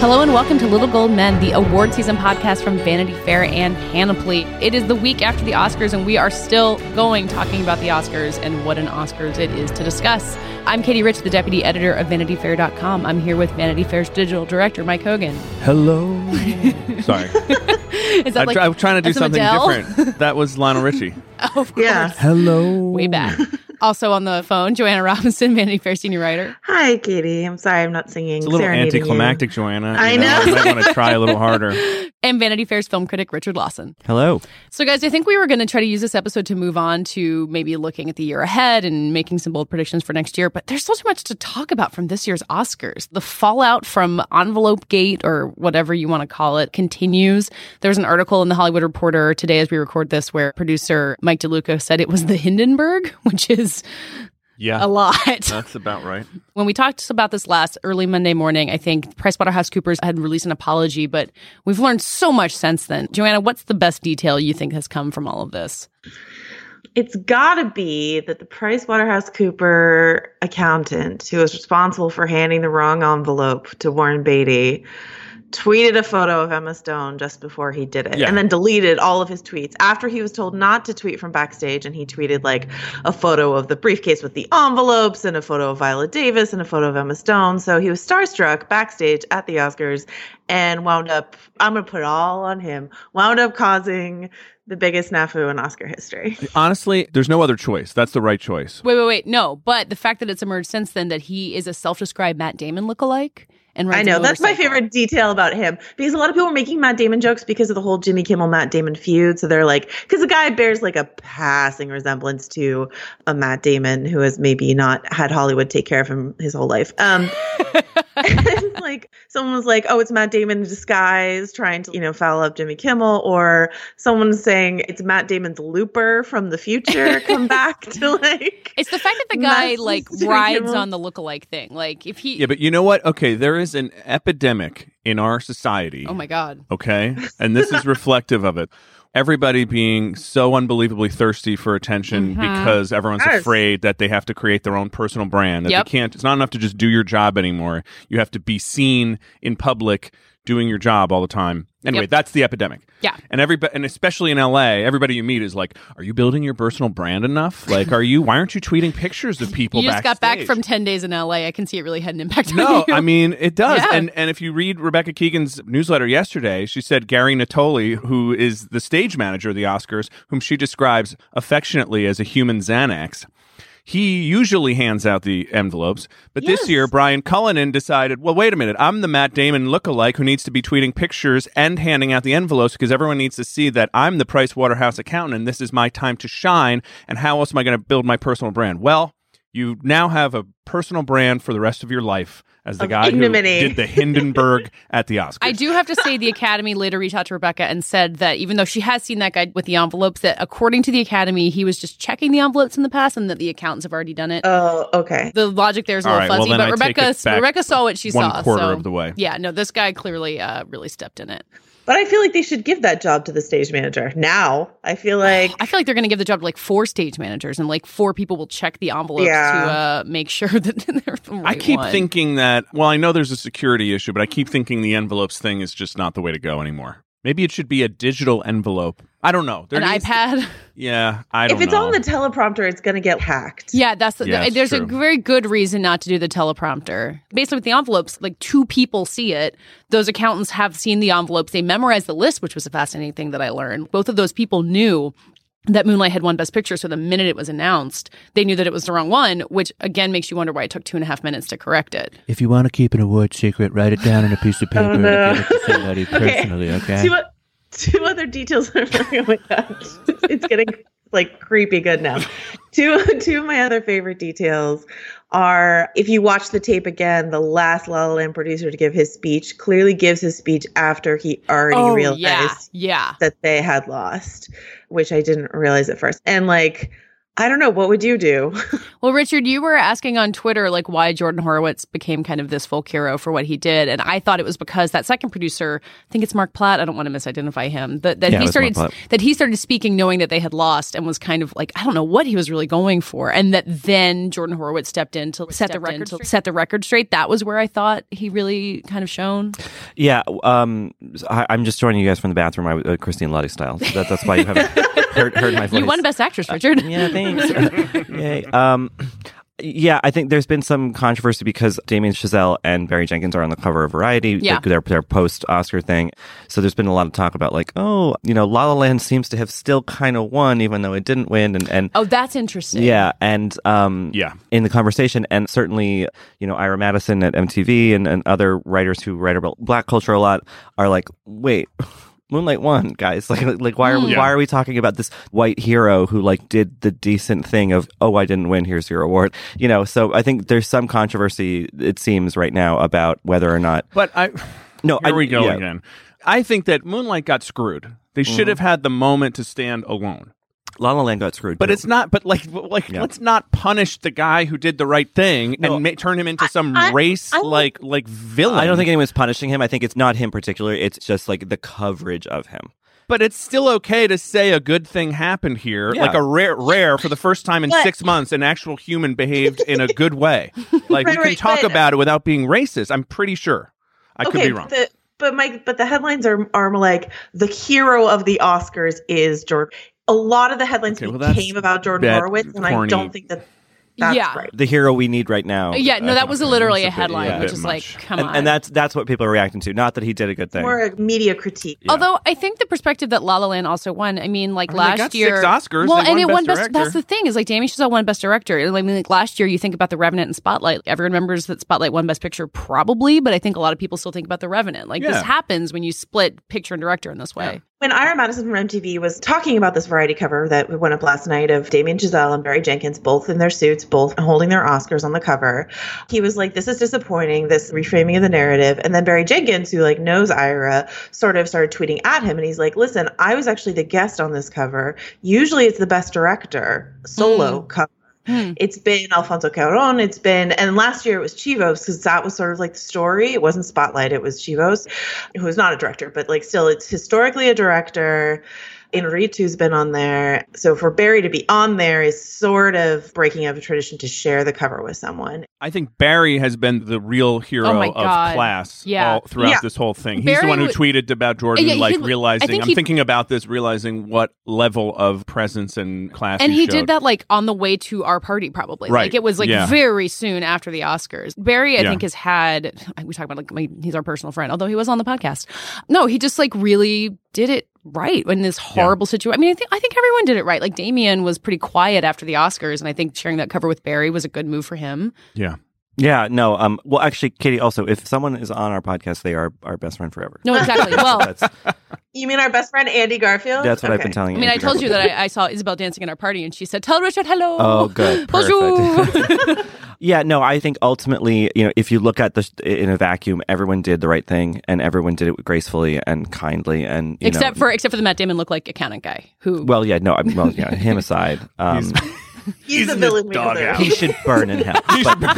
Hello and welcome to Little Gold Men, the award season podcast from Vanity Fair and Panoply. It is the week after the Oscars, and we are still going talking about the Oscars and what an Oscars it is to discuss. I'm Katie Rich, the deputy editor of VanityFair.com. I'm here with Vanity Fair's digital director, Mike Hogan. Hello. Sorry. Is that I, like try- I was trying to do that's something Adele? different. That was Lionel Richie. of course. Yeah. Hello. Way back. Also on the phone, Joanna Robinson, Vanity Fair senior writer. Hi, Katie. I'm sorry I'm not singing. It's a little Serenading you. anticlimactic, Joanna. I know. You might want to try a little harder. and Vanity Fair's film critic Richard Lawson. Hello. So, guys, I think we were going to try to use this episode to move on to maybe looking at the year ahead and making some bold predictions for next year. But there's so much to talk about from this year's Oscars. The fallout from Envelope Gate, or whatever you want to call it, continues. There's an article in the Hollywood Reporter today as we record this where producer Mike DeLuca said it was the Hindenburg, which is Yeah. a lot. That's about right. When we talked about this last early Monday morning, I think PricewaterhouseCoopers had released an apology, but we've learned so much since then. Joanna, what's the best detail you think has come from all of this? It's got to be that the PricewaterhouseCooper accountant who was responsible for handing the wrong envelope to Warren Beatty tweeted a photo of Emma Stone just before he did it Yeah. and then deleted all of his tweets after he was told not to tweet from backstage and he tweeted like a photo of the briefcase with the envelopes and a photo of Viola Davis and a photo of Emma Stone so he was starstruck backstage at the Oscars and wound up I'm going to put it all on him wound up causing the biggest snafu in Oscar history. Honestly, there's no other choice. That's the right choice. Wait, wait, wait. No, but the fact that it's emerged since then that he is a self described Matt Damon lookalike and runs I a know that's my motorcycle. favorite detail about him because a lot of people were making Matt Damon jokes because of the whole Jimmy Kimmel Matt Damon feud. So they're like, because the guy bears like a passing resemblance to a Matt Damon who has maybe not had Hollywood take care of him his whole life. Um, and, like someone was like, oh, it's Matt Damon in disguise trying to you know foul up Jimmy Kimmel, or someone's saying it's Matt Damon's Looper from the future come back to like. It's the fact that the guy Matt- like Jimmy rides Kimmel. on the lookalike thing. Like if he, Yeah, but you know what? Okay, there is an epidemic in our society. oh my god, Okay. And this is reflective of it. Everybody being so unbelievably thirsty for attention Mm-hmm. because everyone's Yes. afraid that they have to create their own personal brand. That Yep. they can't it's not enough to just do your job anymore. You have to be seen in public doing your job all the time. Anyway, Yep. that's the epidemic. Yeah. And everybody and especially in LA, everybody you meet is like, Are you building your personal brand enough? Like are you why aren't you tweeting pictures of people you just got back backstage?" from ten days in L.A. I can see it really had an impact on No, you. I mean it does. Yeah. And and if you read Rebecca Keegan's newsletter yesterday, she said Gary Natoli, who is the stage manager of the Oscars, whom she describes affectionately as a human Xanax. He usually hands out the envelopes, but this year Brian Cullinan decided, well, wait a minute, I'm the Matt Damon lookalike who needs to be tweeting pictures and handing out the envelopes because everyone needs to see that I'm the Price Waterhouse accountant and this is my time to shine. And how else am I going to build my personal brand? Well, you now have a personal brand for the rest of your life as the Of guy ignominy. who did the Hindenburg at the Oscars. I do have to say the Academy later reached out to Rebecca and said that even though she has seen that guy with the envelopes, that according to the Academy, he was just checking the envelopes in the past and that the accountants have already done it. Oh, okay. the logic there is a All little right, well, fuzzy, then but I take Rebecca it back Rebecca saw what she one saw. quarter so- of the way. Yeah, no, this guy clearly uh, really stepped in it. But I feel like they should give that job to the stage manager now. I feel like I feel like they're going to give the job to like four stage managers and like four people will check the envelopes Yeah. to uh, make sure that they're the I right keep one. thinking that, well, I know there's a security issue, but I keep thinking the envelopes thing is just not the way to go anymore. Maybe it should be a digital envelope. I don't know. There an needs to- iPad. yeah, I don't if it's know. on the teleprompter, it's going to get hacked. Yeah, that's the, Yeah, it's there's a true. very good reason not to do the teleprompter. Basically, with the envelopes, like two people see it. Those accountants have seen the envelopes. They memorized the list, which was a fascinating thing that I learned. Both of those people knew that Moonlight had won Best Picture, so the minute it was announced, they knew that it was the wrong one, which again makes you wonder why it took two and a half minutes to correct it. If you want to keep an award secret, write it down on a piece of paper no. and give it to somebody personally, okay? Two, o- two other details. that are- oh my god, it's getting like creepy good now. Two two of my other favorite details are if you watch the tape again, the last La La Land producer to give his speech clearly gives his speech after he already realized Oh, yeah, yeah. that they had lost, which I didn't realize at first. And like I don't know. What would you do? Well, Richard, you were asking on Twitter like why Jordan Horowitz became kind of this folk hero for what he did, and I thought it was because that second producer, I think it's Mark Platt. I don't want to misidentify him. That, that Yeah, it he was Mark started Platt. that he started speaking knowing that they had lost and was kind of like I don't know what he was really going for, and that then Jordan Horowitz stepped in to set the record straight. set the record straight. That was where I thought he really kind of shone. Yeah, um, I, I'm just joining you guys from the bathroom, I, uh, Christine Luddy style. So that, that's why you haven't heard, heard my voice. You won Best Actress, Richard. Uh, Yeah, thanks. Yay. Um, yeah, I think there's been some controversy because Damien Chazelle and Barry Jenkins are on the cover of Variety, Yeah. their, their post Oscar thing. So there's been a lot of talk about like, oh, you know, La La Land seems to have still kind of won, even though it didn't win, and and Oh, that's interesting. yeah, and um, Yeah. in the conversation, and certainly, you know, Ira Madison at MTV and, and other writers who write about Black culture a lot are like, wait. Moonlight won, guys. Like, like, why are we, Yeah. why are we talking about this white hero who like did the decent thing of oh I didn't win, here's your award, you know? So I think there's some controversy it seems right now about whether or not But I no here I, we go yeah. Mm-hmm. again. I think that Moonlight got screwed. They should have had the moment to stand alone. La La Land got screwed, But too. it's not. But like, like, Yeah. let's not punish the guy who did the right thing No. and ma- turn him into some I- race I- like like villain. I don't think anyone's punishing him. I think it's not him particularly. It's just like the coverage of him. But it's still okay to say a good thing happened here, Yeah. like a rare, rare for the first time in But- six months, an actual human behaved in a good way. Like we Right, can right, talk but- about it without being racist. I'm pretty sure. I could be wrong. but The, but Mike, but the headlines are are like the hero of the Oscars is Jordan. A lot of the headlines Okay, well, that's- became about Jordan that's Horowitz, and I corny. don't think that that's Yeah. right. the hero we need right now. Yeah, no, I that think. was literally a bit- headline, yeah, a which bit is much. like, come and, on. and that's that's what people are reacting to. Not that he did a good thing. More a media critique. Yeah. Although I think the perspective that La La Land also won. I mean, like I mean, they last got year, six Oscars. Well, They and won it won Best best. That's Director. the thing is like Damien Chazelle won best director. And, I mean, like last year, you think about the Revenant and Spotlight. Everyone remembers that Spotlight won best picture, probably, but I think a lot of people still think about the Revenant. Like this Yeah. happens when you split picture and director in this way. When Ira Madison from MTV was talking about this variety cover that went up last night of Damien Chazelle and Barry Jenkins, both in their suits, both holding their Oscars on the cover, he was like, This is disappointing, this reframing of the narrative. And then Barry Jenkins, who like knows Ira, sort of started tweeting at him and he's like, Listen, I was actually the guest on this cover. Usually it's the best director solo cover. Hmm. It's been Alfonso Cuaron. It's been, and last year it was Chivos because that was sort of like the story. It wasn't Spotlight, it was Chivos, who is not a director, but like still, it's historically a director. Inritu's been on there. So for Barry to be on there is sort of breaking up a tradition to share the cover with someone. I think Barry has been the real hero Oh my of God. class Yeah. all throughout Yeah. this whole thing. He's the Barry one who would- tweeted about Jordan, Yeah, he like would- I realizing, think I'm he- thinking about this, realizing what level of presence and class. And you he showed. did that like on the way to our party, probably. Right. Like it was like Yeah. very soon after the Oscars. Barry, I Yeah. think, has had. We talk about like my, he's our personal friend, although he was on the podcast. No, he just like really did it right in this horrible situation. I mean, I think I think everyone did it right. Like Damien was pretty quiet after the Oscars, and I think sharing that cover with Barry was a good move for him. Yeah. Yeah, no. Um. Well, actually, Katie. Also, if someone is on our podcast, they are our best friend forever. No, exactly. well. That's You mean our best friend Andy Garfield? that's what I've been Okay. telling I you. mean, I told you that I, I saw Isabel dancing at our party, and she said, "Tell Richard hello." Oh, good. Bonjour. Yeah, no. I think ultimately, you know, if you look at this in a vacuum, everyone did the right thing, and everyone did it gracefully and kindly, and you except know, for except for the Matt Damon looked like accountant guy who Well, yeah, no. I, well, yeah. Him aside, um, He's, He's a in the villain. we doghouse. deserve. he should burn in hell.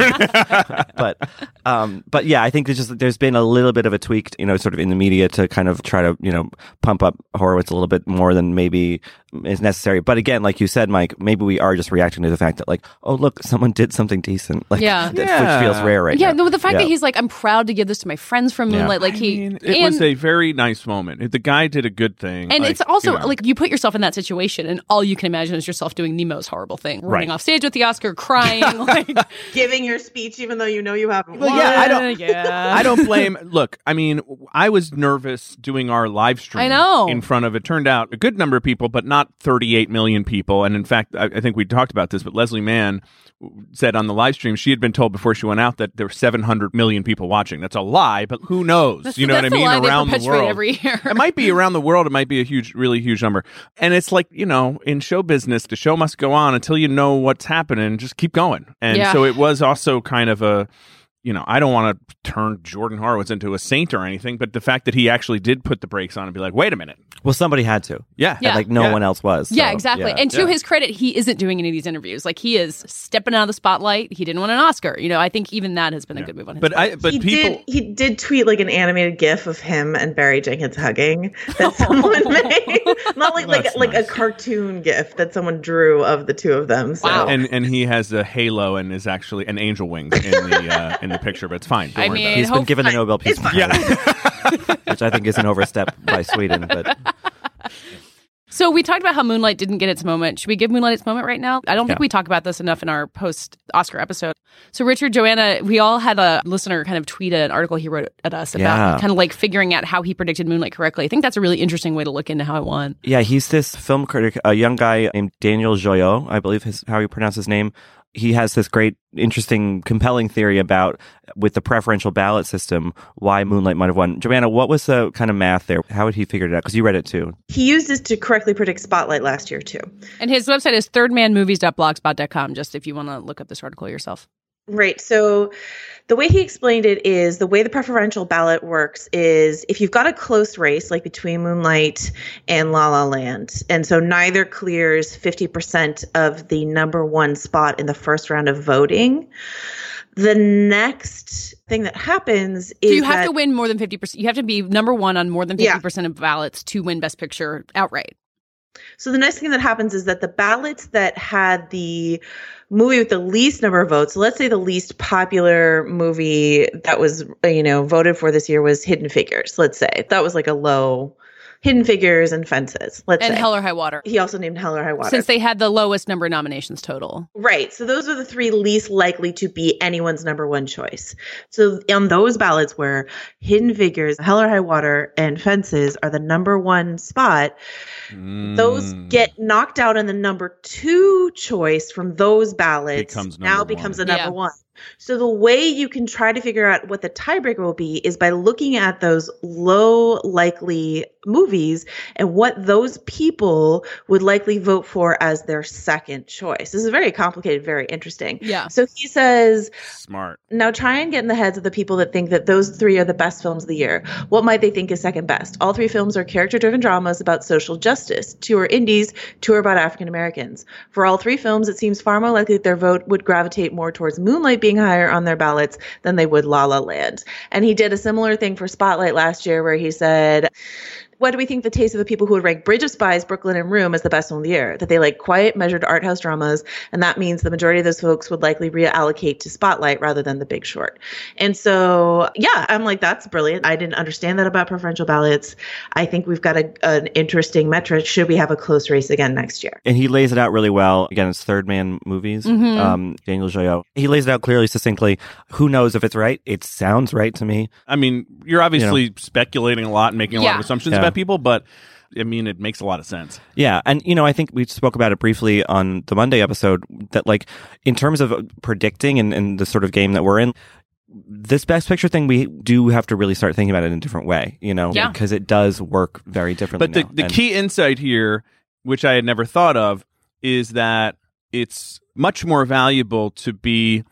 but um but yeah i think there's just there's been a little bit of a tweak you know sort of in the media to kind of try to you know pump up horowitz a little bit more than maybe is necessary but again like you said mike maybe we are just reacting to the fact that like oh look someone did something decent like Yeah. that, Yeah. which feels rare right yeah, now no, the fact Yeah. that he's like, I'm proud to give this to my friends from Moonlight. Like I he, mean, it and, was a very nice moment. The guy did a good thing, and like, it's also you know. like you put yourself in that situation, and all you can imagine is yourself doing Nemo's horrible thing, running Right. off stage with the Oscar, crying. like, Giving your speech even though you know you haven't won. yeah, I don't- Yeah. I don't blame. Look, I mean, I was nervous doing our live stream. I know. in front of it turned out a good number of people, but not 38 million people. And in fact, I, I think we talked about this, but Leslie Mann said on the live stream she had been told before she went out that there were 700 million people watching. That's a lie, but who knows? you know That's what the I mean? lie they around the perpetuate world, every year. it might be around the world. It might be a huge, really huge number. And it's like you know, in show business, the show must go on until you know what's happening. Just keep going. And Yeah. so it was also kind of a you know, I don't want to turn Jordan Horowitz into a saint or anything, but the fact that he actually did put the brakes on and be like, wait a minute. Well, somebody had to. Yeah. Yeah. Like no Yeah. one else was. yeah, so, exactly. yeah. And to his credit, he isn't doing any of these interviews. Like he is stepping out of the spotlight. He didn't want an Oscar. You know, I think even that has been a good move on his. But I, but he people, did. He did tweet like an animated GIF of him and Barry Jenkins hugging that someone made, not like like That's like a nice. cartoon GIF that someone drew of the two of them. So. Wow. and and he has a halo and is actually an angel wing in the uh, in the picture, but it's fine. Don't I worry mean, about it. He's been given the Nobel Peace Prize, which I think is an overstep by Sweden. But So we talked about how Moonlight didn't get its moment. Should we give Moonlight its moment right now? I don't think Yeah. we talk about this enough in our post Oscar episode. So Richard, Joanna, we all had a listener kind of tweet an article he wrote at us about Yeah. kind of like figuring out how he predicted Moonlight correctly. I think that's a really interesting way to look into how it won. yeah, he's this film critic, a young guy named Daniel Joyot, I believe is how you pronounce his name. He has this great, interesting, compelling theory about with the preferential ballot system why Moonlight might have won. Joanna, what was the kind of math there? How had he figured it out? Because you read it too. He used this to correctly predict Spotlight last year too. And his website is thirdmanmovies.blogspot.com, just if you want to look up this article yourself. Right. So the way he explained it is the way the preferential ballot works is if you've got a close race, like between Moonlight and La La Land, and so neither clears 50% of the number one spot in the first round of voting, the next thing that happens So is you have that, to win more than 50%. You have to be number one on more than Yeah. 50% of ballots to win Best Picture outright. So the next thing that happens is that the ballots that had the movie with the least number of votes, let's say the least popular movie that was you know voted for this year was Hidden Figures. Let's say that was like a low Hidden Figures and Fences. Let's And say Hell or High Water. he also named Hell or High Water. Since they had the lowest number of nominations total. Right. So those are the three least likely to be anyone's number one choice. So on those ballots where Hidden Figures, Hell or High Water, and Fences are the number one spot, those Mm. get knocked out in the number two choice from those ballots Becomes now number becomes one. the number Yeah. one so the way you can try to figure out what the tiebreaker will be is by looking at those low likely movies and what those people would likely vote for as their second choice this is very complicated very interesting Yeah. so he says smart. now try and get in the heads of the people that think that those three are the best films of the year. What might they think is second best? All three films are character driven dramas about social justice. Two are indies, two are about African Americans. For all three films, it seems far more likely that their vote would gravitate more towards Moonlight being higher on their ballots than they would La La Land. And he did a similar thing for Spotlight last year where he said, what do we think the taste of the people who would rank Bridge of Spies, Brooklyn, and Room as the best film of the year? That they like quiet, measured art house dramas, and that means the majority of those folks would likely reallocate to Spotlight rather than The Big Short. And so, yeah, I'm like, that's brilliant. I didn't understand that about preferential ballots. I think we've got a, an interesting metric. Should we have a close race again next year? and he lays it out really well. Again, it's Third Man Movies. Mhm. Um, Daniel Joyot. He lays it out clearly, succinctly. Who knows if it's right? It sounds right to me. I mean, you're obviously speculating a lot and making a lot Yeah. of assumptions Yeah. about people, but I mean, it makes a lot of sense. Yeah, and you know, I think we spoke about it briefly on the Monday episode that, like, in terms of predicting and, and the sort of game that we're in, this best picture thing, we do have to really start thinking about it in a different way, you know, Yeah. because it does work very differently. But the, now. the And- key insight here, which I had never thought of, is that it's much more valuable to be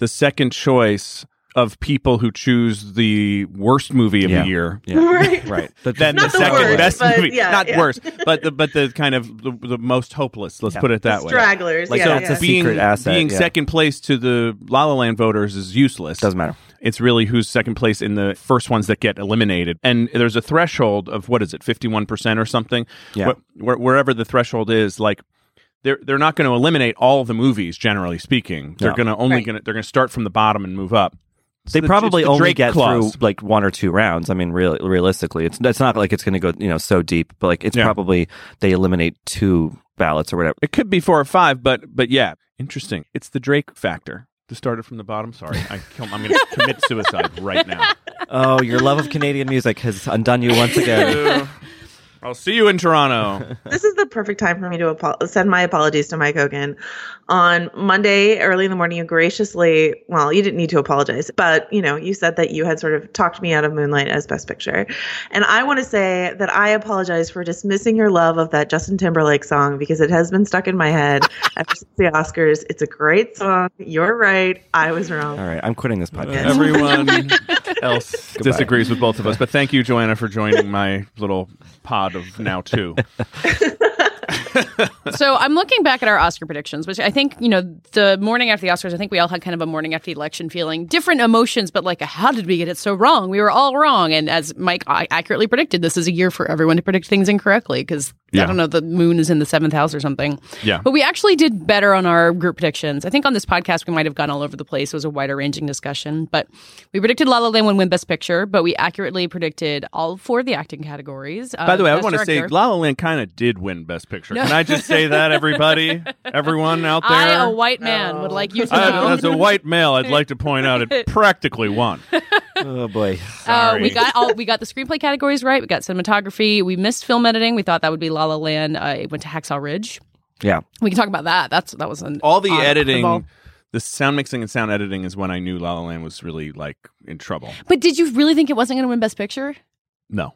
the second choice of people who choose the worst movie of Yeah. the year Yeah. Right. right. than Not the, the second worst, best but movie. yeah, Not yeah. worst, but the but the kind of the, the most hopeless. Let's Yeah. put it that way. Stragglers. Like, yeah, that's yeah. a secret asset, being yeah. second place to the La La Land voters is useless. Doesn't matter. It's really who's second place in the first ones that get eliminated. And there's a threshold of what is it, 51% or something? Yeah. Wh- where- wherever the threshold is, like they're they're not going to eliminate all the movies generally speaking. They're No. going to only Right. going to they're going to start from the bottom and move up. It's They the- probably it's the only Drake get clause. through like one or two rounds. I mean, real, realistically, it's that's not like it's going to go you know so deep, but like it's Yeah. probably they eliminate two ballots or whatever. It could be four or five, but but yeah, interesting. It's the Drake factor. To start it from the bottom. Sorry, I kill, I'm going to commit suicide right now. Oh, your love of Canadian music has undone you once again. I'll see you in Toronto. this is the perfect time for me to apo- send my apologies to Mike Hogan. On Monday, early in the morning, you graciously, well, you didn't need to apologize, but you know, you said that you had sort of talked me out of Moonlight as Best Picture. And I want to say that I apologize for dismissing your love of that Justin Timberlake song because it has been stuck in my head ever since the Oscars. It's a great song. You're right. I was wrong. All right, I'm quitting this podcast. Everyone else disagrees with both of us, but thank you, Joanna, for joining my little pod of now two. Uh, so I'm looking back at our Oscar predictions, which I think, you know, the morning after the Oscars, I think we all had kind of a morning after the election feeling, different emotions, but like, how did we get it so wrong? We were all wrong. And as Mike I- accurately predicted, this is a year for everyone to predict things incorrectly because Yeah. I don't know, the moon is in the seventh house or something. Yeah. But we actually did better on our group predictions. I think on this podcast, we might have gone all over the place. It was a wider ranging discussion, but we predicted La La Land would win Best Picture, but we accurately predicted all four of the acting categories. Um, By the way, I Best want to say Director. La La Land kind of did win Best Picture. Can I just say that, everybody, everyone out there? I, a white man, would like you to know. I- as a white male, I'd like to point out it practically won. Oh boy. Uh, we Sorry. got all we got the screenplay categories right. We got cinematography. We missed film editing. We thought that would be La La Land. Uh, it went to Hacksaw Ridge. Yeah. We can talk about that. That's that was an All the odd curveball. editing, the sound mixing and sound editing is when I knew La La Land was really like in trouble. But did you really think it wasn't going to win Best Picture? No,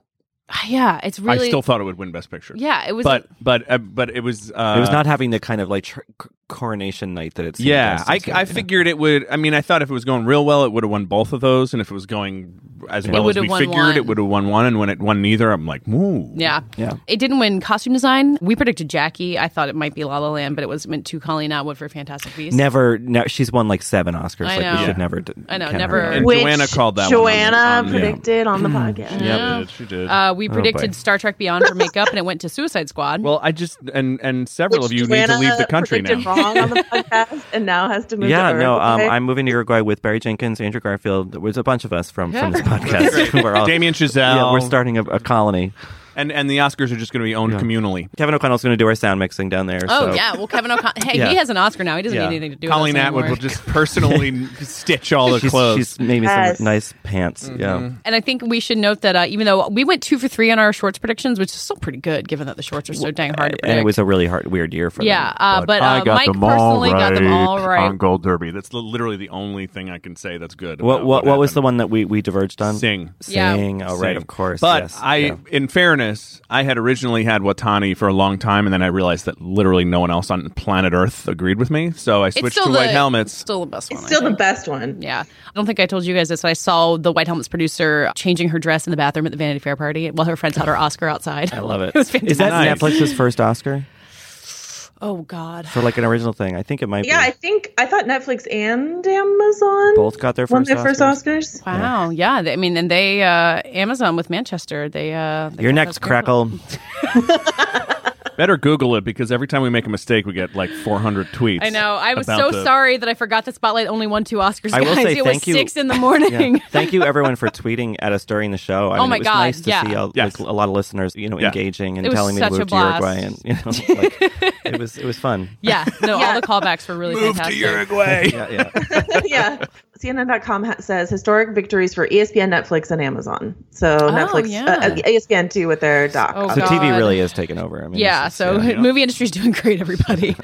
Ah, Yeah, it's really. I still thought it would win Best Picture. yeah, it was. but but uh, but it was uh, it was not having the kind of like tr- c- coronation night that it's Yeah, I, I figured it would. I mean, I thought if it was going real well, it would have won both of those, and if it was going as well as would've we won figured, it one. would have won one. And when it won neither, I'm like, woo. yeah. Yeah. It didn't win costume design. We predicted Jackie. I thought it might be La La Land, but it was meant to Colleen Atwood for Fantastic Beasts. never no, she's won like seven Oscars I like know. we should never d- I know, count her never- out. And Which Joanna called that one on the- Joanna on Hmm. the- predicted on the podcast. Yeah. she did. Uh, we predicted Oh, boy. Star Trek Beyond for makeup, and it went to Suicide Squad. well, I just and and several of you need to Joanna leave the country now. predicted wrong on the podcast and now has to move. yeah, to no, um, Uruguay. I'm moving to Uruguay with Barry Jenkins, Andrew Garfield. There's a bunch of us from, from this podcast. we're all, Damien Chazelle. yeah, we're starting a, a colony. and and the Oscars are just going to be owned communally. Kevin O'Connell's going to do our sound mixing down there. oh so. yeah. Well, Kevin O'Connell. Hey, Yeah. he has an Oscar now. He doesn't Yeah. need anything to do. with Colleen us Atwood anymore. will just personally stitch all the She's, clothes. she's made me Yes. some nice pants. Yeah. And I think we should note that uh, even though we went two for three on our shorts predictions, which is still pretty good given that the shorts are so dang hard to predict. And it was a really hard, weird year for yeah, them. uh, but uh, Mike personally got them all right. on Gold Derby. That's That's li- literally the only thing I can say that's good. What about what, what was the happened. one that we, we diverged on? Sing. Yeah. Sing. Oh, right, Sing. of course. But yes, I, yeah. in fairness, I had originally had Watani for a long time, and then I realized that literally no one else on planet Earth agreed with me. So I switched to still White the- Helmets. Still the best one. I still the think. best one. Yeah, I don't think I told you guys this. But I saw the White Helmets producer changing her dress in the bathroom at the Vanity Fair party while her friends had her Oscar outside. I love it. it was Is that Nice. Netflix's first Oscar Oh God. for like an original thing? I think it might Yeah, be. I think I thought Netflix and Amazon Both got their won first their first Oscars. Oscars. Wow. Yeah. They, I mean, and they uh, Amazon with Manchester. They. Uh, they Your got next that- crackle. Better Google it because every time we make a mistake, we get like 400 tweets. I know. I was about so the- sorry that I forgot that Spotlight only won two Oscars. I will guys. say it thank was you- six in the morning. Yeah. Thank you everyone for tweeting at us during the show. I Oh mean, my it was God, nice to yeah. see a, Yes. like, a lot of listeners, you know, Yeah. engaging and It was telling me to such a move to blast. Uruguay and you know, like, it was it was fun. Yeah, no, all the callbacks were really Move to fantastic. Uruguay. Yeah, yeah. yeah. CNN.com ha- says historic victories for E ESPN, Netflix, and Amazon. So Netflix, yeah. uh, uh, ESPN too with their doc. Oh, So God. TV really is taking over. I mean, Yeah, it's so just- yeah. movie industry's doing great, everybody.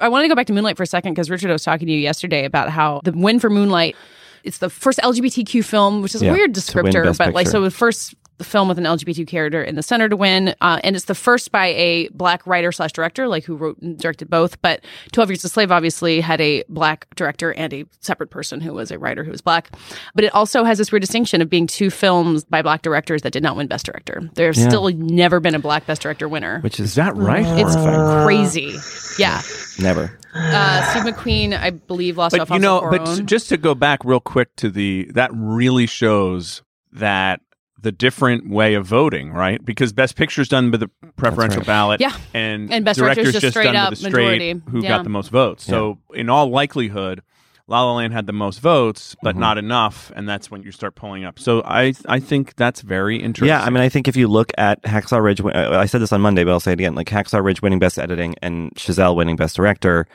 I wanted to go back to Moonlight for a second because Richard I was talking to you yesterday about how the win for Moonlight, it's the first LGBTQ film, which is a Yeah, weird to win descriptor, but Best like Picture. so the first film with an LGBTQ character in the center to win, uh, and it's the first by a black writer slash director, like who wrote and directed both. But Twelve Years a Slave obviously had a black director and a separate person who was a writer who was black. But it also has this weird distinction of being two films by black directors that did not win Best Director. There's still never been a black Best Director winner. which is Is that right? It's horrifying. crazy. Yeah. never. Uh, Steve McQueen, I believe, lost but Alfonso you know, but Cuarón. just to go back real quick to the that really shows that the different way of voting, right? Because Best Picture's done by the preferential ballot, Yeah. and And Best Director's Director's just straight done by up the straight majority. who Yeah. got the most votes. So in all likelihood, La La Land had the most votes, Mm-hmm. but not enough, and that's when you start pulling up. So I I think that's very interesting. Yeah, I mean, I think if you look at Hacksaw Ridge, win- uh, I said this on Monday, but I'll say it again: like Hacksaw Ridge winning Best Editing and Chazelle winning Best Director,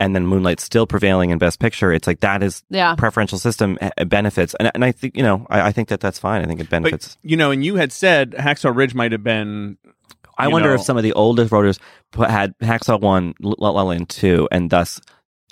and then Moonlight still prevailing in Best Picture. It's like that is Yeah. preferential system uh, benefits, and and I think you know I, I think that that's fine. I think it but benefits. you know, and you had said Hacksaw Ridge might have been I You wonder know- if some of the oldest writers put, had Hacksaw One, La La Land Two, and thus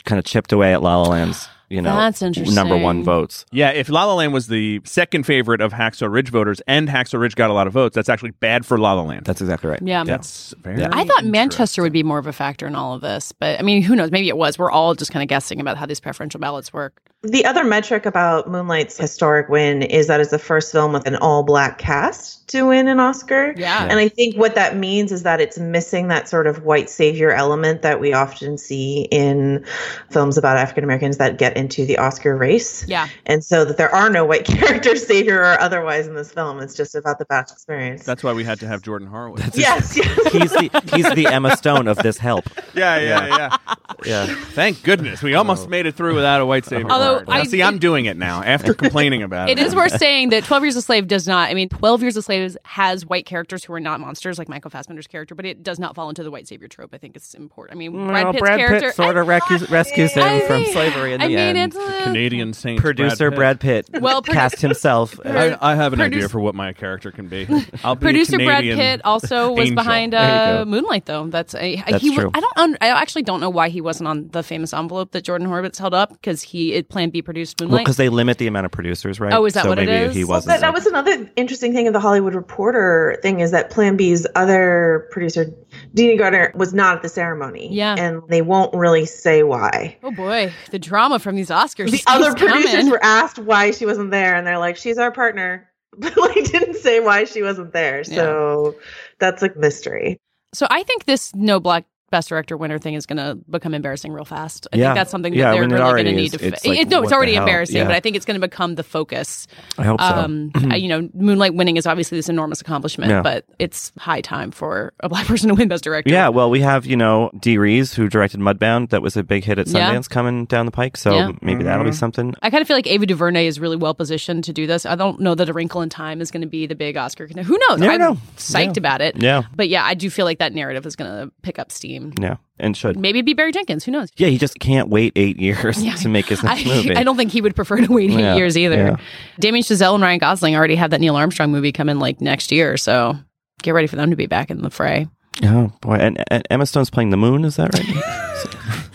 kind of chipped away at La La Land's you know That's number interesting. one votes. Yeah, if La La Land was the second favorite of Hacksaw Ridge voters and Hacksaw Ridge got a lot of votes, that's actually bad for La La Land. That's exactly right. Yeah. That's very. I thought Manchester would be more of a factor in all of this, but I mean, who knows? Maybe it was. We're all just kind of guessing about how these preferential ballots work. The other metric about Moonlight's historic win is that it's the first film with an all black cast to win an Oscar. Yeah. And I think what that means is that it's missing that sort of white savior element that we often see in films about African Americans that get into the Oscar race. Yeah. And so that there are no white characters, savior or otherwise, in this film. It's just about the batch experience. That's why we had to have Jordan Horowitz. yes. yes. he's the he's the Emma Stone of this help. yeah, yeah, yeah, Yeah. Thank goodness we almost made it through without a white savior. Although card. Now, I- see, I'm doing it now after complaining about it. It is worth saying that 12 Years a Slave does not, I mean, 12 Years a Slave is- has white characters who are not monsters, like Michael Fassbender's character, but it does not fall into the white savior trope. I think it's important. I mean, Brad Pitt's character. sort of rescues, rescues him I from mean- slavery in the I mean, end. it's. uh, Canadian Saint Producer Brad Pitt, Well, produ- cast himself. uh, I, I have an Produce- idea for what my character can be. I'll be Producer Brad Canadian. Pitt also was angel. behind There you uh, go. Moonlight, though. That's a, That's he. wa- true. I don't. Un, I actually don't know why he wasn't on the famous envelope that Jordan Horowitz held up because he it Plan B produced well, Moonlight. because they limit the amount of producers, right? Oh, is that so what it maybe is? He Well, That, wasn't. that was another interesting thing of the Hollywood Reporter thing is that Plan B's other producer, Dina Gardner, was not at the ceremony. Yeah. And they won't really say why. oh boy, the drama from these Oscars. The keeps other coming. producers were asked why she wasn't there, and they're like, she's our partner. But like didn't say why she wasn't there. So that's a mystery. So I think this no black best director winner thing is going to become embarrassing real fast. I Yeah. think that's something that Yeah, I they're mean, it really going to already need is. to. Fi- It's like, it, no, it's what already the hell? embarrassing, Yeah. but I think it's going to become the focus. I hope so. Um, I- you know, Moonlight winning is obviously this enormous accomplishment, Yeah. but it's high time for a black person to win best director. yeah, well, we have you know Dee Rees who directed Mudbound, that was a big hit at Yeah. Sundance, coming down the pike. So Yeah. maybe that'll be something. I kind of feel like Ava DuVernay is really well positioned to do this. I don't know that A Wrinkle in Time is going to be the big Oscar. contender. Who knows? Never I'm know. psyched Yeah. about it. Yeah, But yeah, I do feel like that narrative is going to pick up steam. yeah, and should. Maybe it'd be Barry Jenkins. Who knows? Yeah, he just can't wait eight years Yeah. to make his next I, movie. I don't think he would prefer to wait eight Yeah, years either. yeah. Damien Chazelle and Ryan Gosling already have that Neil Armstrong movie coming like next year, so get ready for them to be back in the fray. Oh boy, and, and Emma Stone's playing the moon. Is that right?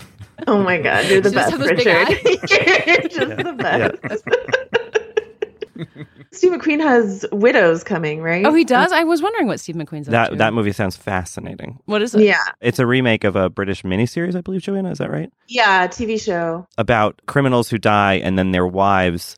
Oh my god, you're the She just best, had those big Richard. you're just the best. Steve McQueen has widows coming, right? Oh, he does. I was wondering what Steve McQueen's up to. that that movie sounds fascinating. What is it? yeah, It's a remake of a British miniseries, I believe. Joanna, is that right? yeah, TV show. About criminals who die and then their wives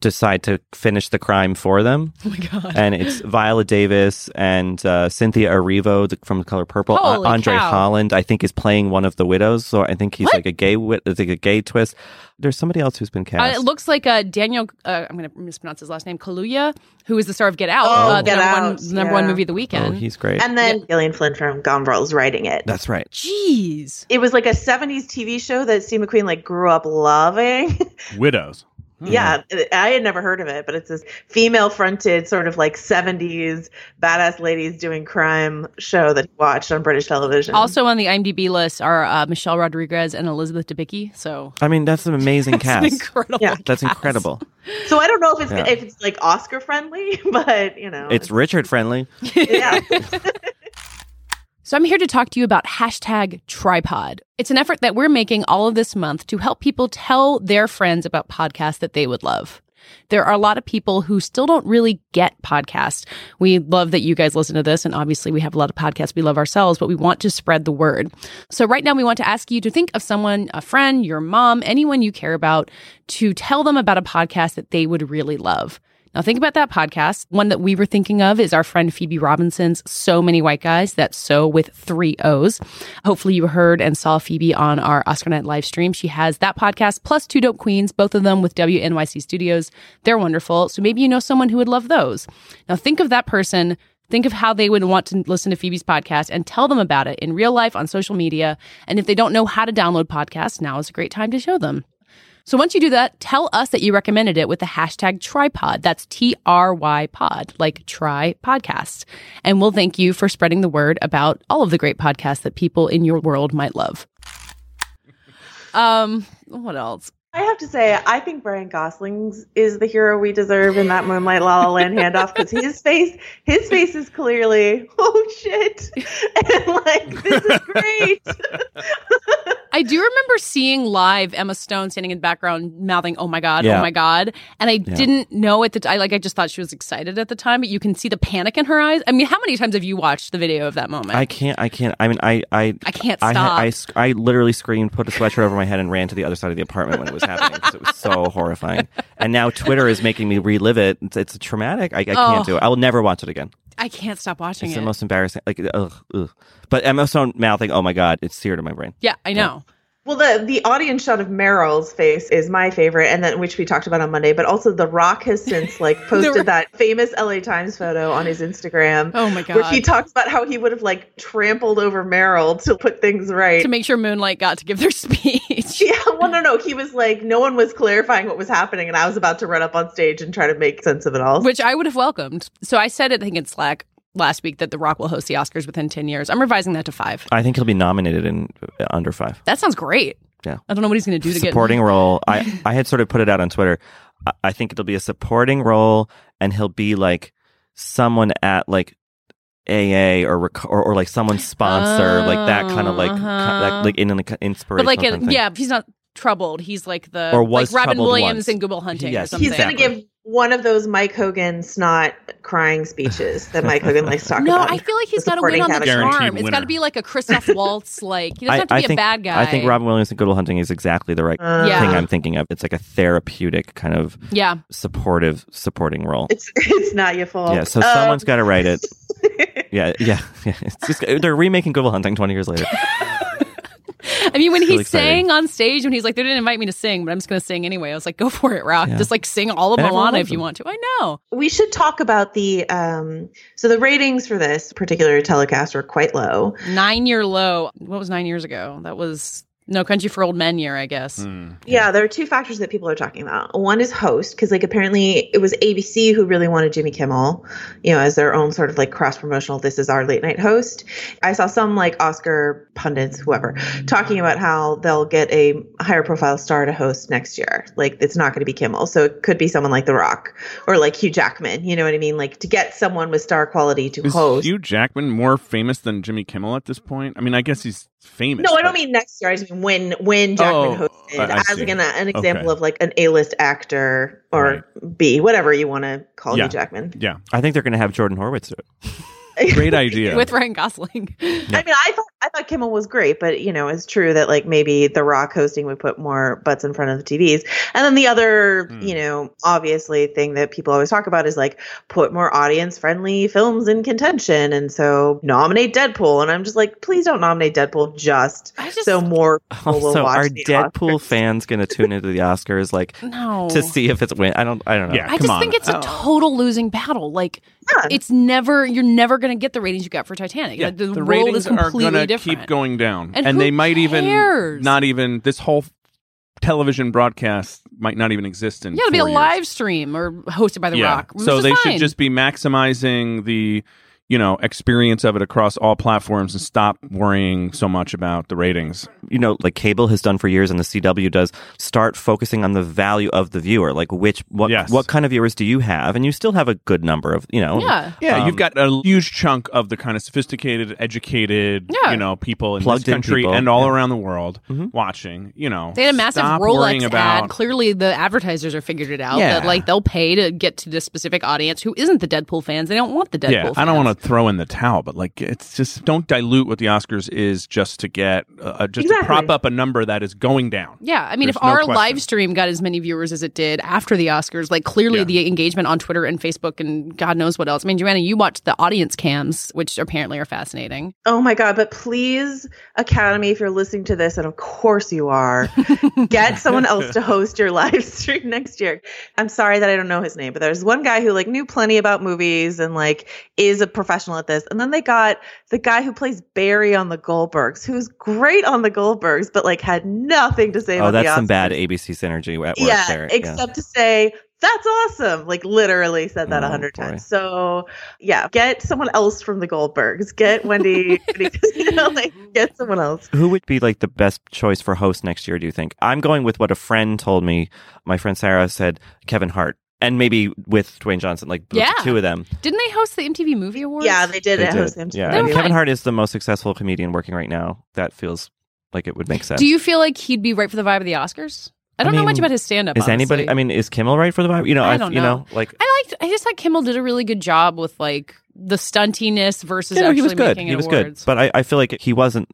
decide to finish the crime for them. Oh my god. and it's Viola Davis and uh, Cynthia Erivo the, from The Color Purple. A- Holy Andre cow. Holland, I think, is playing one of the widows, so I think he's What? like a gay. Wit- it's like a gay twist. There's somebody else who's been Uh, cast. it looks like uh, Daniel. Uh, I'm going to mispronounce his last name. Kaluuya, who is the star of Get Out, Oh, uh, the Get number, Out, one, the number one yeah. movie of the oh, weekend. he's great. And then Gillian Flynn from Gone Girl is writing it. That's right. Jeez. it was like a 70s TV show that Steve McQueen like grew up loving. Hmm. Widows. yeah, I had never heard of it, but it's this female fronted sort of like 70s badass ladies doing crime show that he watched on British television. Also on the IMDb list are uh, Michelle Rodriguez and Elizabeth Debicki. So I mean, that's an amazing that's cast. incredible. Yeah. That's incredible. so I don't know if it's Yeah. if it's like Oscar friendly, but you know. It's Richard friendly. yeah. So I'm here to talk to you about hashtag tripod. It's an effort that we're making all of this month to help people tell their friends about podcasts that they would love. There are a lot of people who still don't really get podcasts. We love that you guys listen to this, and obviously we have a lot of podcasts we love ourselves, but we want to spread the word. So right now we want to ask you to think of someone, a friend, your mom, anyone you care about, to tell them about a podcast that they would really love. Now, think about that podcast. One that we were thinking of is our friend Phoebe Robinson's So Many White Guys. That's so with three O's. Hopefully, you heard and saw Phoebe on our Oscar Night live stream. She has that podcast plus Two Dope Queens, both of them with WNYC Studios. They're wonderful. So maybe you know someone who would love those. Now, think of that person. Think of how they would want to listen to Phoebe's podcast and tell them about it in real life on social media. And if they don't know how to download podcasts, now is a great time to show them. So once you do that, tell us that you recommended it with the hashtag tripod. That's T R Y pod, like try podcasts. And we'll thank you for spreading the word about all of the great podcasts that people in your world might love. Um, what else? I have to say, I think Brian Gosling's is the hero we deserve in that Moonlight La La Land handoff because his face, his face is clearly, oh shit, and like this is great. I do remember seeing live Emma Stone standing in the background mouthing, "Oh my god, Yeah. oh my god," and I didn't know at the time. Like I just thought she was excited at the time, but you can see the panic in her eyes. I mean, how many times have you watched the video of that moment? I can't. I can't. I mean, I. I, I can't I, stop. I, sc- I literally screamed, put a sweatshirt over my head, and ran to the other side of the apartment when it was happening. 'cause it was so horrifying. And now Twitter is making me relive it. It's, it's traumatic. I, I Oh. can't do it. I will never watch it again. I can't stop watching It's it. the most embarrassing. Like, ugh, ugh. But Emma Stone mouthing, "Oh my god," it's seared in my brain. yeah, I know. Well, the the audience shot of Meryl's face is my favorite, and then which we talked about on Monday. But also, The Rock has since like posted The- that famous LA Times photo on his Instagram, Oh my where god. he talks about how he would have like trampled over Meryl to put things right. to make sure Moonlight got to give their speech. yeah, well, no, no, he was like, no one was clarifying what was happening, and I was about to run up on stage and try to make sense of it all. which I would have welcomed. So I said it, I think, in Slack last week that The Rock will host the Oscars within 10 years. I'm revising that to five. I think he'll be nominated in uh, under five. That sounds great. Yeah. I don't know what he's going to do to supporting role. I, I had sort of put it out on Twitter. I, I think it'll be a supporting role, and he'll be like someone at like AA or rec- or, or like someone's sponsor, like that kind of like co- Uh-huh. that, like in an get. inspiration. But, like, it, yeah, if he's not troubled, he's like the Or was like Robin troubled Williams once. in Google Hunting or Yes, something. He's going to Exactly. give one of those Mike Hogan snot crying speeches that Mike Hogan likes to talk no, about. I feel like he's The got to win supporting on the category. charm. Guaranteed It's winner. got to be like a Christoph Waltz. Like he doesn't have to be a think, bad guy. I think Robin Williams and Good Will Hunting is exactly the right Uh, Yeah. thing I'm thinking of. It's like a therapeutic kind of Yeah, supportive supporting role. It's it's not your fault. Yeah, so Um, someone's got to write it. Yeah, yeah, yeah. It's just they're remaking Good Will Hunting 20 years later. I mean, when It's he really exciting. sang on stage, when he's like, "They didn't invite me to sing, but I'm just going to sing anyway," I was like, "Go for it, Rock! Yeah. Just like sing all of And everyone Moana loves if you him. want to." I know. we should talk about the um so the ratings for this particular telecast were quite low. nine year low. What was nine years ago? That was No Country for Old Men year, I guess. Hmm. Yeah, there are two factors that people are talking about. One is host because like apparently it was ABC who really wanted Jimmy Kimmel, you know, as their own sort of like cross promotional this is our late night host. I saw some like Oscar pundits whoever talking about how they'll get a higher profile star to host next year. Like it's not going to be Kimmel, so it could be someone like The Rock or like Hugh Jackman, you know what I mean? Like to get someone with star quality to Is host. Hugh Jackman more famous than Jimmy Kimmel at this point? I mean, I guess he's famous. No, I don't but- mean next year. I just mean when when Jackman Oh, hosted. I- I as see. like an, an example Okay. of like an A list actor or B, whatever you want to call Yeah. you, Jackman. Yeah, I think they're going to have Jordan Horowitz do it. great idea. With Ryan Gosling. I mean, I thought I thought Kimmel was great, but you know, it's true that like maybe The Rock hosting would put more butts in front of the TVs. And then the other, Hmm. you know, obviously thing that people always talk about is like put more audience friendly films in contention, and so nominate Deadpool. And I'm just like, please don't nominate Deadpool just, I just so more people will Also, watch are the Deadpool Oscars. fans going to tune into the Oscars like no. to see if it's win? I don't. I don't know. Yeah. I Come just on. think it's a total losing battle. Like Yeah. it's never you're never going to get the ratings you got for Titanic. Yeah, Like, the, the world ratings is are completely gonna different. keep going down, And who they might even cares? not even this whole television broadcast might not even exist in. Yeah, it'll be a four years. live stream or hosted by The yeah. Rock. which So is they fine. should just be maximizing the you know experience of it across all platforms and stop worrying so much about the ratings. you know, like cable has done for years, and the CW does. Start focusing on the value of the viewer, like which what Yes. what kind of viewers do you have, and you still have a good number of you know. yeah. Yeah, Um, you've got a huge chunk of the kind of sophisticated, educated, Yeah. you know, people in this Plugged in country people. and all Mm-hmm. Yeah. around the world Mhm. watching. You know, They had a massive Stop worrying Rolex about ad. Clearly, the advertisers are figured it out Yeah. that like they'll pay to get to this specific audience who isn't the Deadpool fans. They don't want the Deadpool. yeah, I don't fans. want to throw in the towel, but like it's just don't dilute what the Oscars is just to get uh, just to Exactly. prop up a number that is going down. Yeah, I mean, if There's no our question. live stream got as many viewers as it did after the Oscars, like clearly Yeah. the engagement on Twitter and Facebook and God knows what else. I mean, Joanna, you watched the audience cams, which apparently are fascinating. Oh my God. But please, Academy, if you're listening to this, and of course you are, get someone else to host your live stream next year. I'm sorry that I don't know his name, but there's one guy who like knew plenty about movies and like is a professional at this. And then they got the guy who plays Barry on The Goldbergs, who's great on The Goldbergs, but like had nothing to say Oh, about that's the some Oscars. bad ABC synergy at work yeah, there. except to say that's awesome. Like literally said that a Oh, hundred boy. times. So yeah, get someone else from the Goldbergs. Get Wendy. you know, like get someone else. Who would be like the best choice for host next year, do you think? I'm going with what a friend told me. My friend Sarah said Kevin Hart. And maybe with Dwayne Johnson, like with Yeah. the two of them. Didn't they host the MTV Movie Awards? Yeah, they did They it. did. Host MTV. Yeah. They And were Kevin fine. Hart is the most successful comedian working right now. That feels like it would make sense. Do you feel like he'd be right for the vibe of the Oscars? I I don't know mean, much about his stand up. is anybody I mean, is Kimmel right for the vibe? You know, I I've- don't you know. know, like I liked I just thought Kimmel did a really good job with like the stuntiness versus Yeah, no, actually he was good. making He an was awards. good, but I, I feel like he wasn't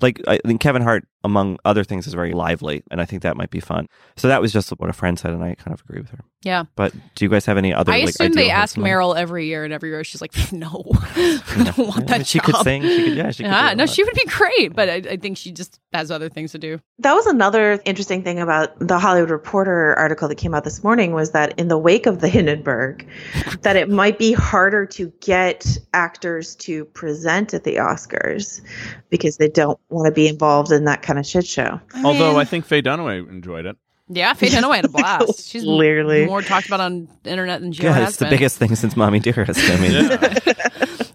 like I think Kevin Hart, among other things, is very lively, and I think that might be fun. So that was just what a friend said, and I kind of agree with her. Yeah. But do you guys have any other? I like, assume ideal they ask husband? Meryl every year, and every year she's like, "No, I don't want Yeah, that." she could job." sing. She could, yeah, she could. do Yeah, a no, lot. she would be great, but I, I think she just has other things to do. That was another interesting thing about the Hollywood Reporter article that came out this morning was that in the wake of the Hindenburg, that it might be harder to get actors to present at the Oscars because they don't want to be involved in that kind of shit show. Although I think Faye Dunaway enjoyed it. Yeah, Faye Dunaway had a blast. She's Clearly. more talked about on the internet than she Yeah, has it's the been. biggest thing since Mommy Dearest. I mean,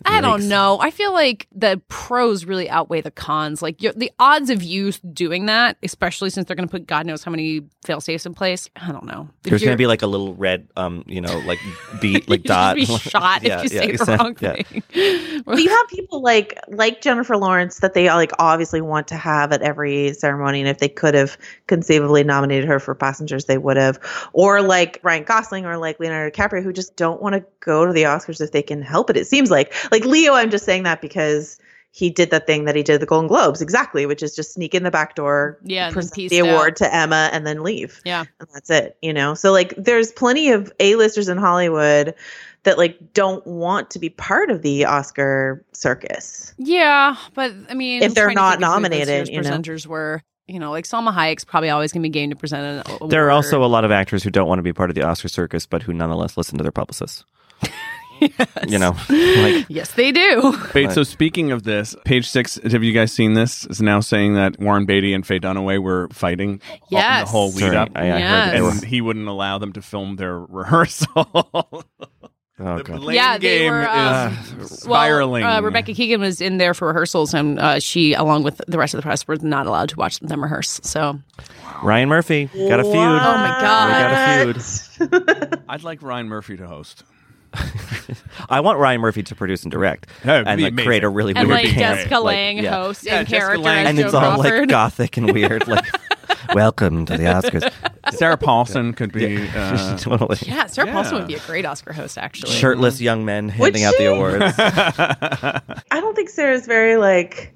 I don't Yikes. know. I feel like the pros really outweigh the cons. Like you the odds of you doing that, especially since they're going to put God knows how many fail safes in place. I don't know. If there's going you're- to be like a little red, um, you know, like beat, you'll like dot. Just be shot Yeah, if you yeah, say exact- the wrong yeah. thing. Well, you have people like like Jennifer Lawrence that they like obviously want to have at every ceremony, and if they could have conceivably nominated her for Passengers, they would have. Or like Ryan Gosling or like Leonardo DiCaprio, who just don't want to go to the Oscars if they can help it. It seems like like Leo. I'm just saying that because he did that thing that he did at the Golden Globes exactly, which is just sneak in the back door, Yeah, and then present peace the out. award to Emma, and then leave Yeah. and that's it you know so like there's plenty of a-listers in hollywood that like don't want to be part of the oscar circus Yeah, but I mean, If I'm they're trying to not think of who this nominated, year's you know? presenters were. You know, like Salma Hayek's probably always going to be game to present an. Award. There are also a lot of actors who don't want to be part of the Oscar circus, but who nonetheless listen to their publicists. You know, like yes, they do. Wait, so speaking of this, page six, have you guys seen this? Is now saying that Warren Beatty and Faye Dunaway were fighting all- Yes. the whole lead sorry, up. I, I heard that they Yes. and he wouldn't allow them to film their rehearsal. were- oh, the God. blame Yeah, they game were, um, is Well, spiraling. uh, Rebecca Keegan was in there for rehearsals, and uh, she, along with the rest of the press, were not allowed to watch them rehearse. So Ryan Murphy got a feud. Oh my God. We got a feud I'd like Ryan Murphy to host. I want Ryan Murphy to produce and direct That would and be like, amazing. create a really and weird like camp. Jessica Like, Lange yeah. host Yeah, in Jessica character Lange. as and Joan it's all like Crawford. gothic and weird. Like, welcome to the Oscars. Sarah Paulson could be. Uh, totally yeah, Sarah Yeah. Paulson would be a great Oscar host, actually. shirtless young men handing out she? the uh, awards. i don't think sarah's very like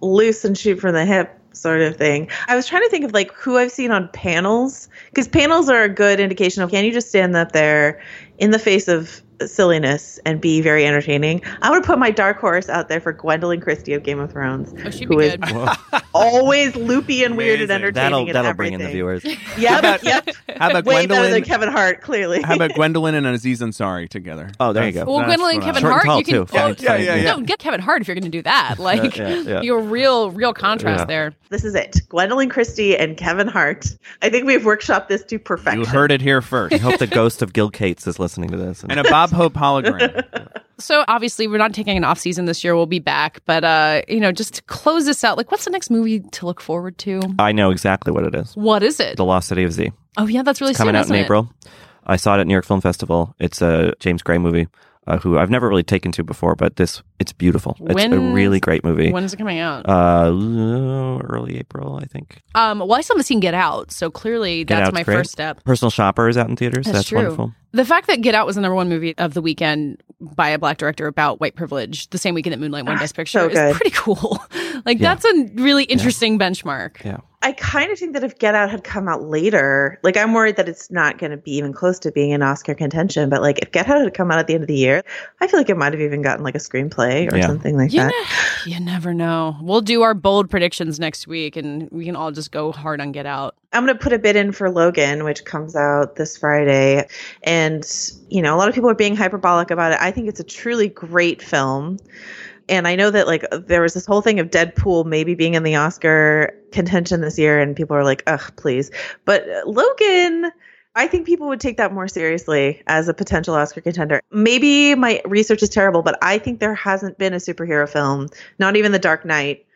loose and shoot from the hip sort of thing i was trying to think of like who i've seen on panels because panels are a good indication of can you just stand up there in the face of silliness and be very entertaining i'm going to put my dark horse out there for gwendolyn christie of game of thrones Oh, she'd be who is good. always loopy and weird and Amazing. entertaining. that'll and that'll bring in the everything. viewers. Yep, yep. how about Way better than Gwendolyn? Kevin Hart, clearly. How about Gwendolyn and Aziz Ansari together? Oh, there you go. Well, That's Gwendolyn and what I- Kevin Short and Hart, tall, you can too. Yeah, oh, yeah, yeah, yeah. no get Kevin Hart if you're going to do that. Like Yeah, yeah, yeah. you're real, real contrast Yeah. there. this is it. Gwendolyn Christie and Kevin Hart. I think we've workshopped this to perfection. You heard it here first. I hope the ghost of Gil Cates is listening to this. and a Bob Hope hologram. So obviously we're not taking an off season this year. We'll be back, but uh, you know, just to close this out, like, what's the next movie to look forward to? I know exactly what it is. What is it? The Lost City of Z. Oh yeah, that's really coming soon, out in isn't it? April. I saw it at New York Film Festival. It's a James Gray movie, uh, who I've never really taken to before, but this it's beautiful. It's a When- really great movie. When is it coming out? uh, early April, I think. Um, well, I still haven't seen Get Out, so clearly Get that's Out's my great. first step. Personal Shopper is out in theaters. That's, That's true. wonderful. The fact that Get Out was the number one movie of the weekend by a black director about white privilege, the same weekend that Moonlight won Best Picture, so Ah, good. is pretty cool. like Yeah. that's a really interesting benchmark. Yeah. I kind of think that if Get Out had come out later, like I'm worried that it's not going to be even close to being an Oscar contention. But like if Get Out had come out at the end of the year, I feel like it might have even gotten like a screenplay or Yeah. something like You, that. ne- you never know. We'll do our bold predictions next week and we can all just go hard on Get Out. I'm going to put a bid in for Logan, which comes out this Friday. And, you know, a lot of people are being hyperbolic about it. I think it's a truly great film. And I know that, like, there was this whole thing of Deadpool maybe being in the Oscar contention this year, and people are like, ugh, please. But uh, Logan. I think people would take that more seriously as a potential Oscar contender. Maybe my research is terrible, but I think there hasn't been a superhero film, not even The Dark Knight,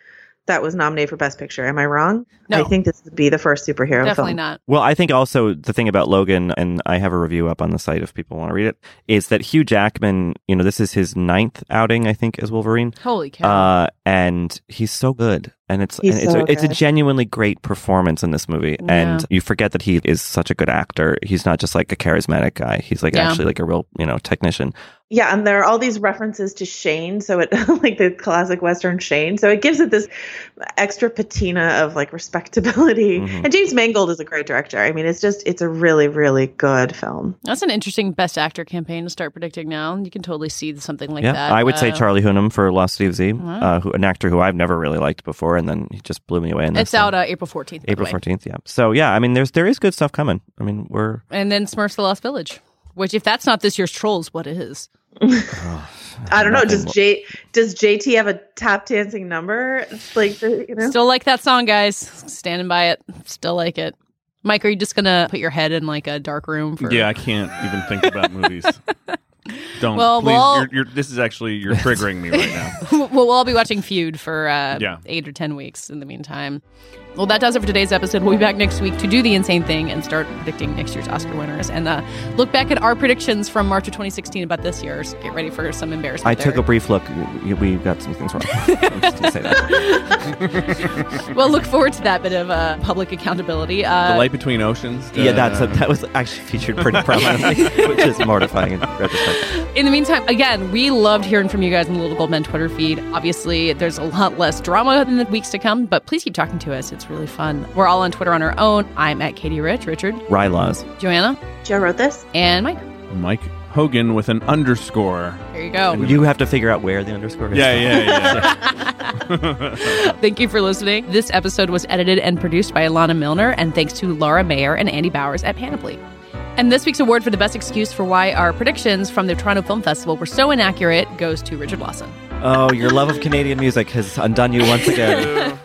that was nominated for Best Picture. Am I wrong? No. I think this would be the first superhero Definitely film. not. Well, I think also the thing about Logan, and I have a review up on the site if people want to read it, is that Hugh Jackman, you know, this is his ninth outing, I think, as Wolverine. Holy cow. Uh, and he's so good, and it's He's and it's, so a, it's a good. genuinely great performance in this movie, Yeah. and you forget that he is such a good actor. He's not just like a charismatic guy; he's like Yeah. actually like a real you know technician. Yeah, and there are all these references to Shane, so it like the classic Western Shane. So it gives it this extra patina of like respectability. Mhm. And James Mangold is a great director. I mean, it's just it's a really really good film. That's an interesting best actor campaign to start predicting now. You can totally see something like yeah, that. I would say uh, Charlie Hunnam for Lost City of Z, Wow. uh, who, an actor who I've never really liked before, and then he just blew me away. In this It's out thing. uh, April 14th. by the April way. fourteenth. Yeah, so yeah, I mean, there's there is good stuff coming. I mean, we're And then Smurfs the Lost Village, which, if that's not this year's Trolls, what is? I don't know. nothing Does will- J does JT have a tap dancing number? It's Like the, you know, Still like that song, guys. Standing by it. Still like it. Mike, are you just going to put your head in like a dark room for. Yeah, I can't even think about movies. Don't Well, please. well- You're, you're, this is actually you're triggering me right now. well, we'll all be watching Feud for uh, Yeah. eight or 10 weeks in the meantime. Well, that does it for today's episode. We'll be back next week to do the insane thing and start predicting next year's Oscar winners and uh, look back at our predictions from March of 2016 about this year's. Get ready for some embarrassment. I took a there. brief look. We- We got some things wrong. I'm just gonna say that. Well, look forward to that bit of uh, public accountability. the Uh, light between oceans. Yeah, that's uh, that was actually featured pretty prominently, which is mortifying in retrospect. in the meantime, again, we loved hearing from you guys on the Little Gold Men Twitter feed. Obviously, there's a lot less drama in the weeks to come, but please keep talking to us. It's really fun. We're all on Twitter on our own. I'm at Katie Rich, Richard, Rylaws. Joanna, Joe wrote this. and Mike. Mike Hogan with an underscore. There you go. You have to figure out where the underscore is. Oh, Yeah, yeah, Thank you for listening. This episode was edited and produced by Alana Milner, and thanks to Laura Mayer and Andy Bowers at Panoply. And this week's award for the best excuse for why our predictions from the Toronto Film Festival were so inaccurate goes to Richard Lawson. Oh, your love of Canadian music has undone you once again. yeah.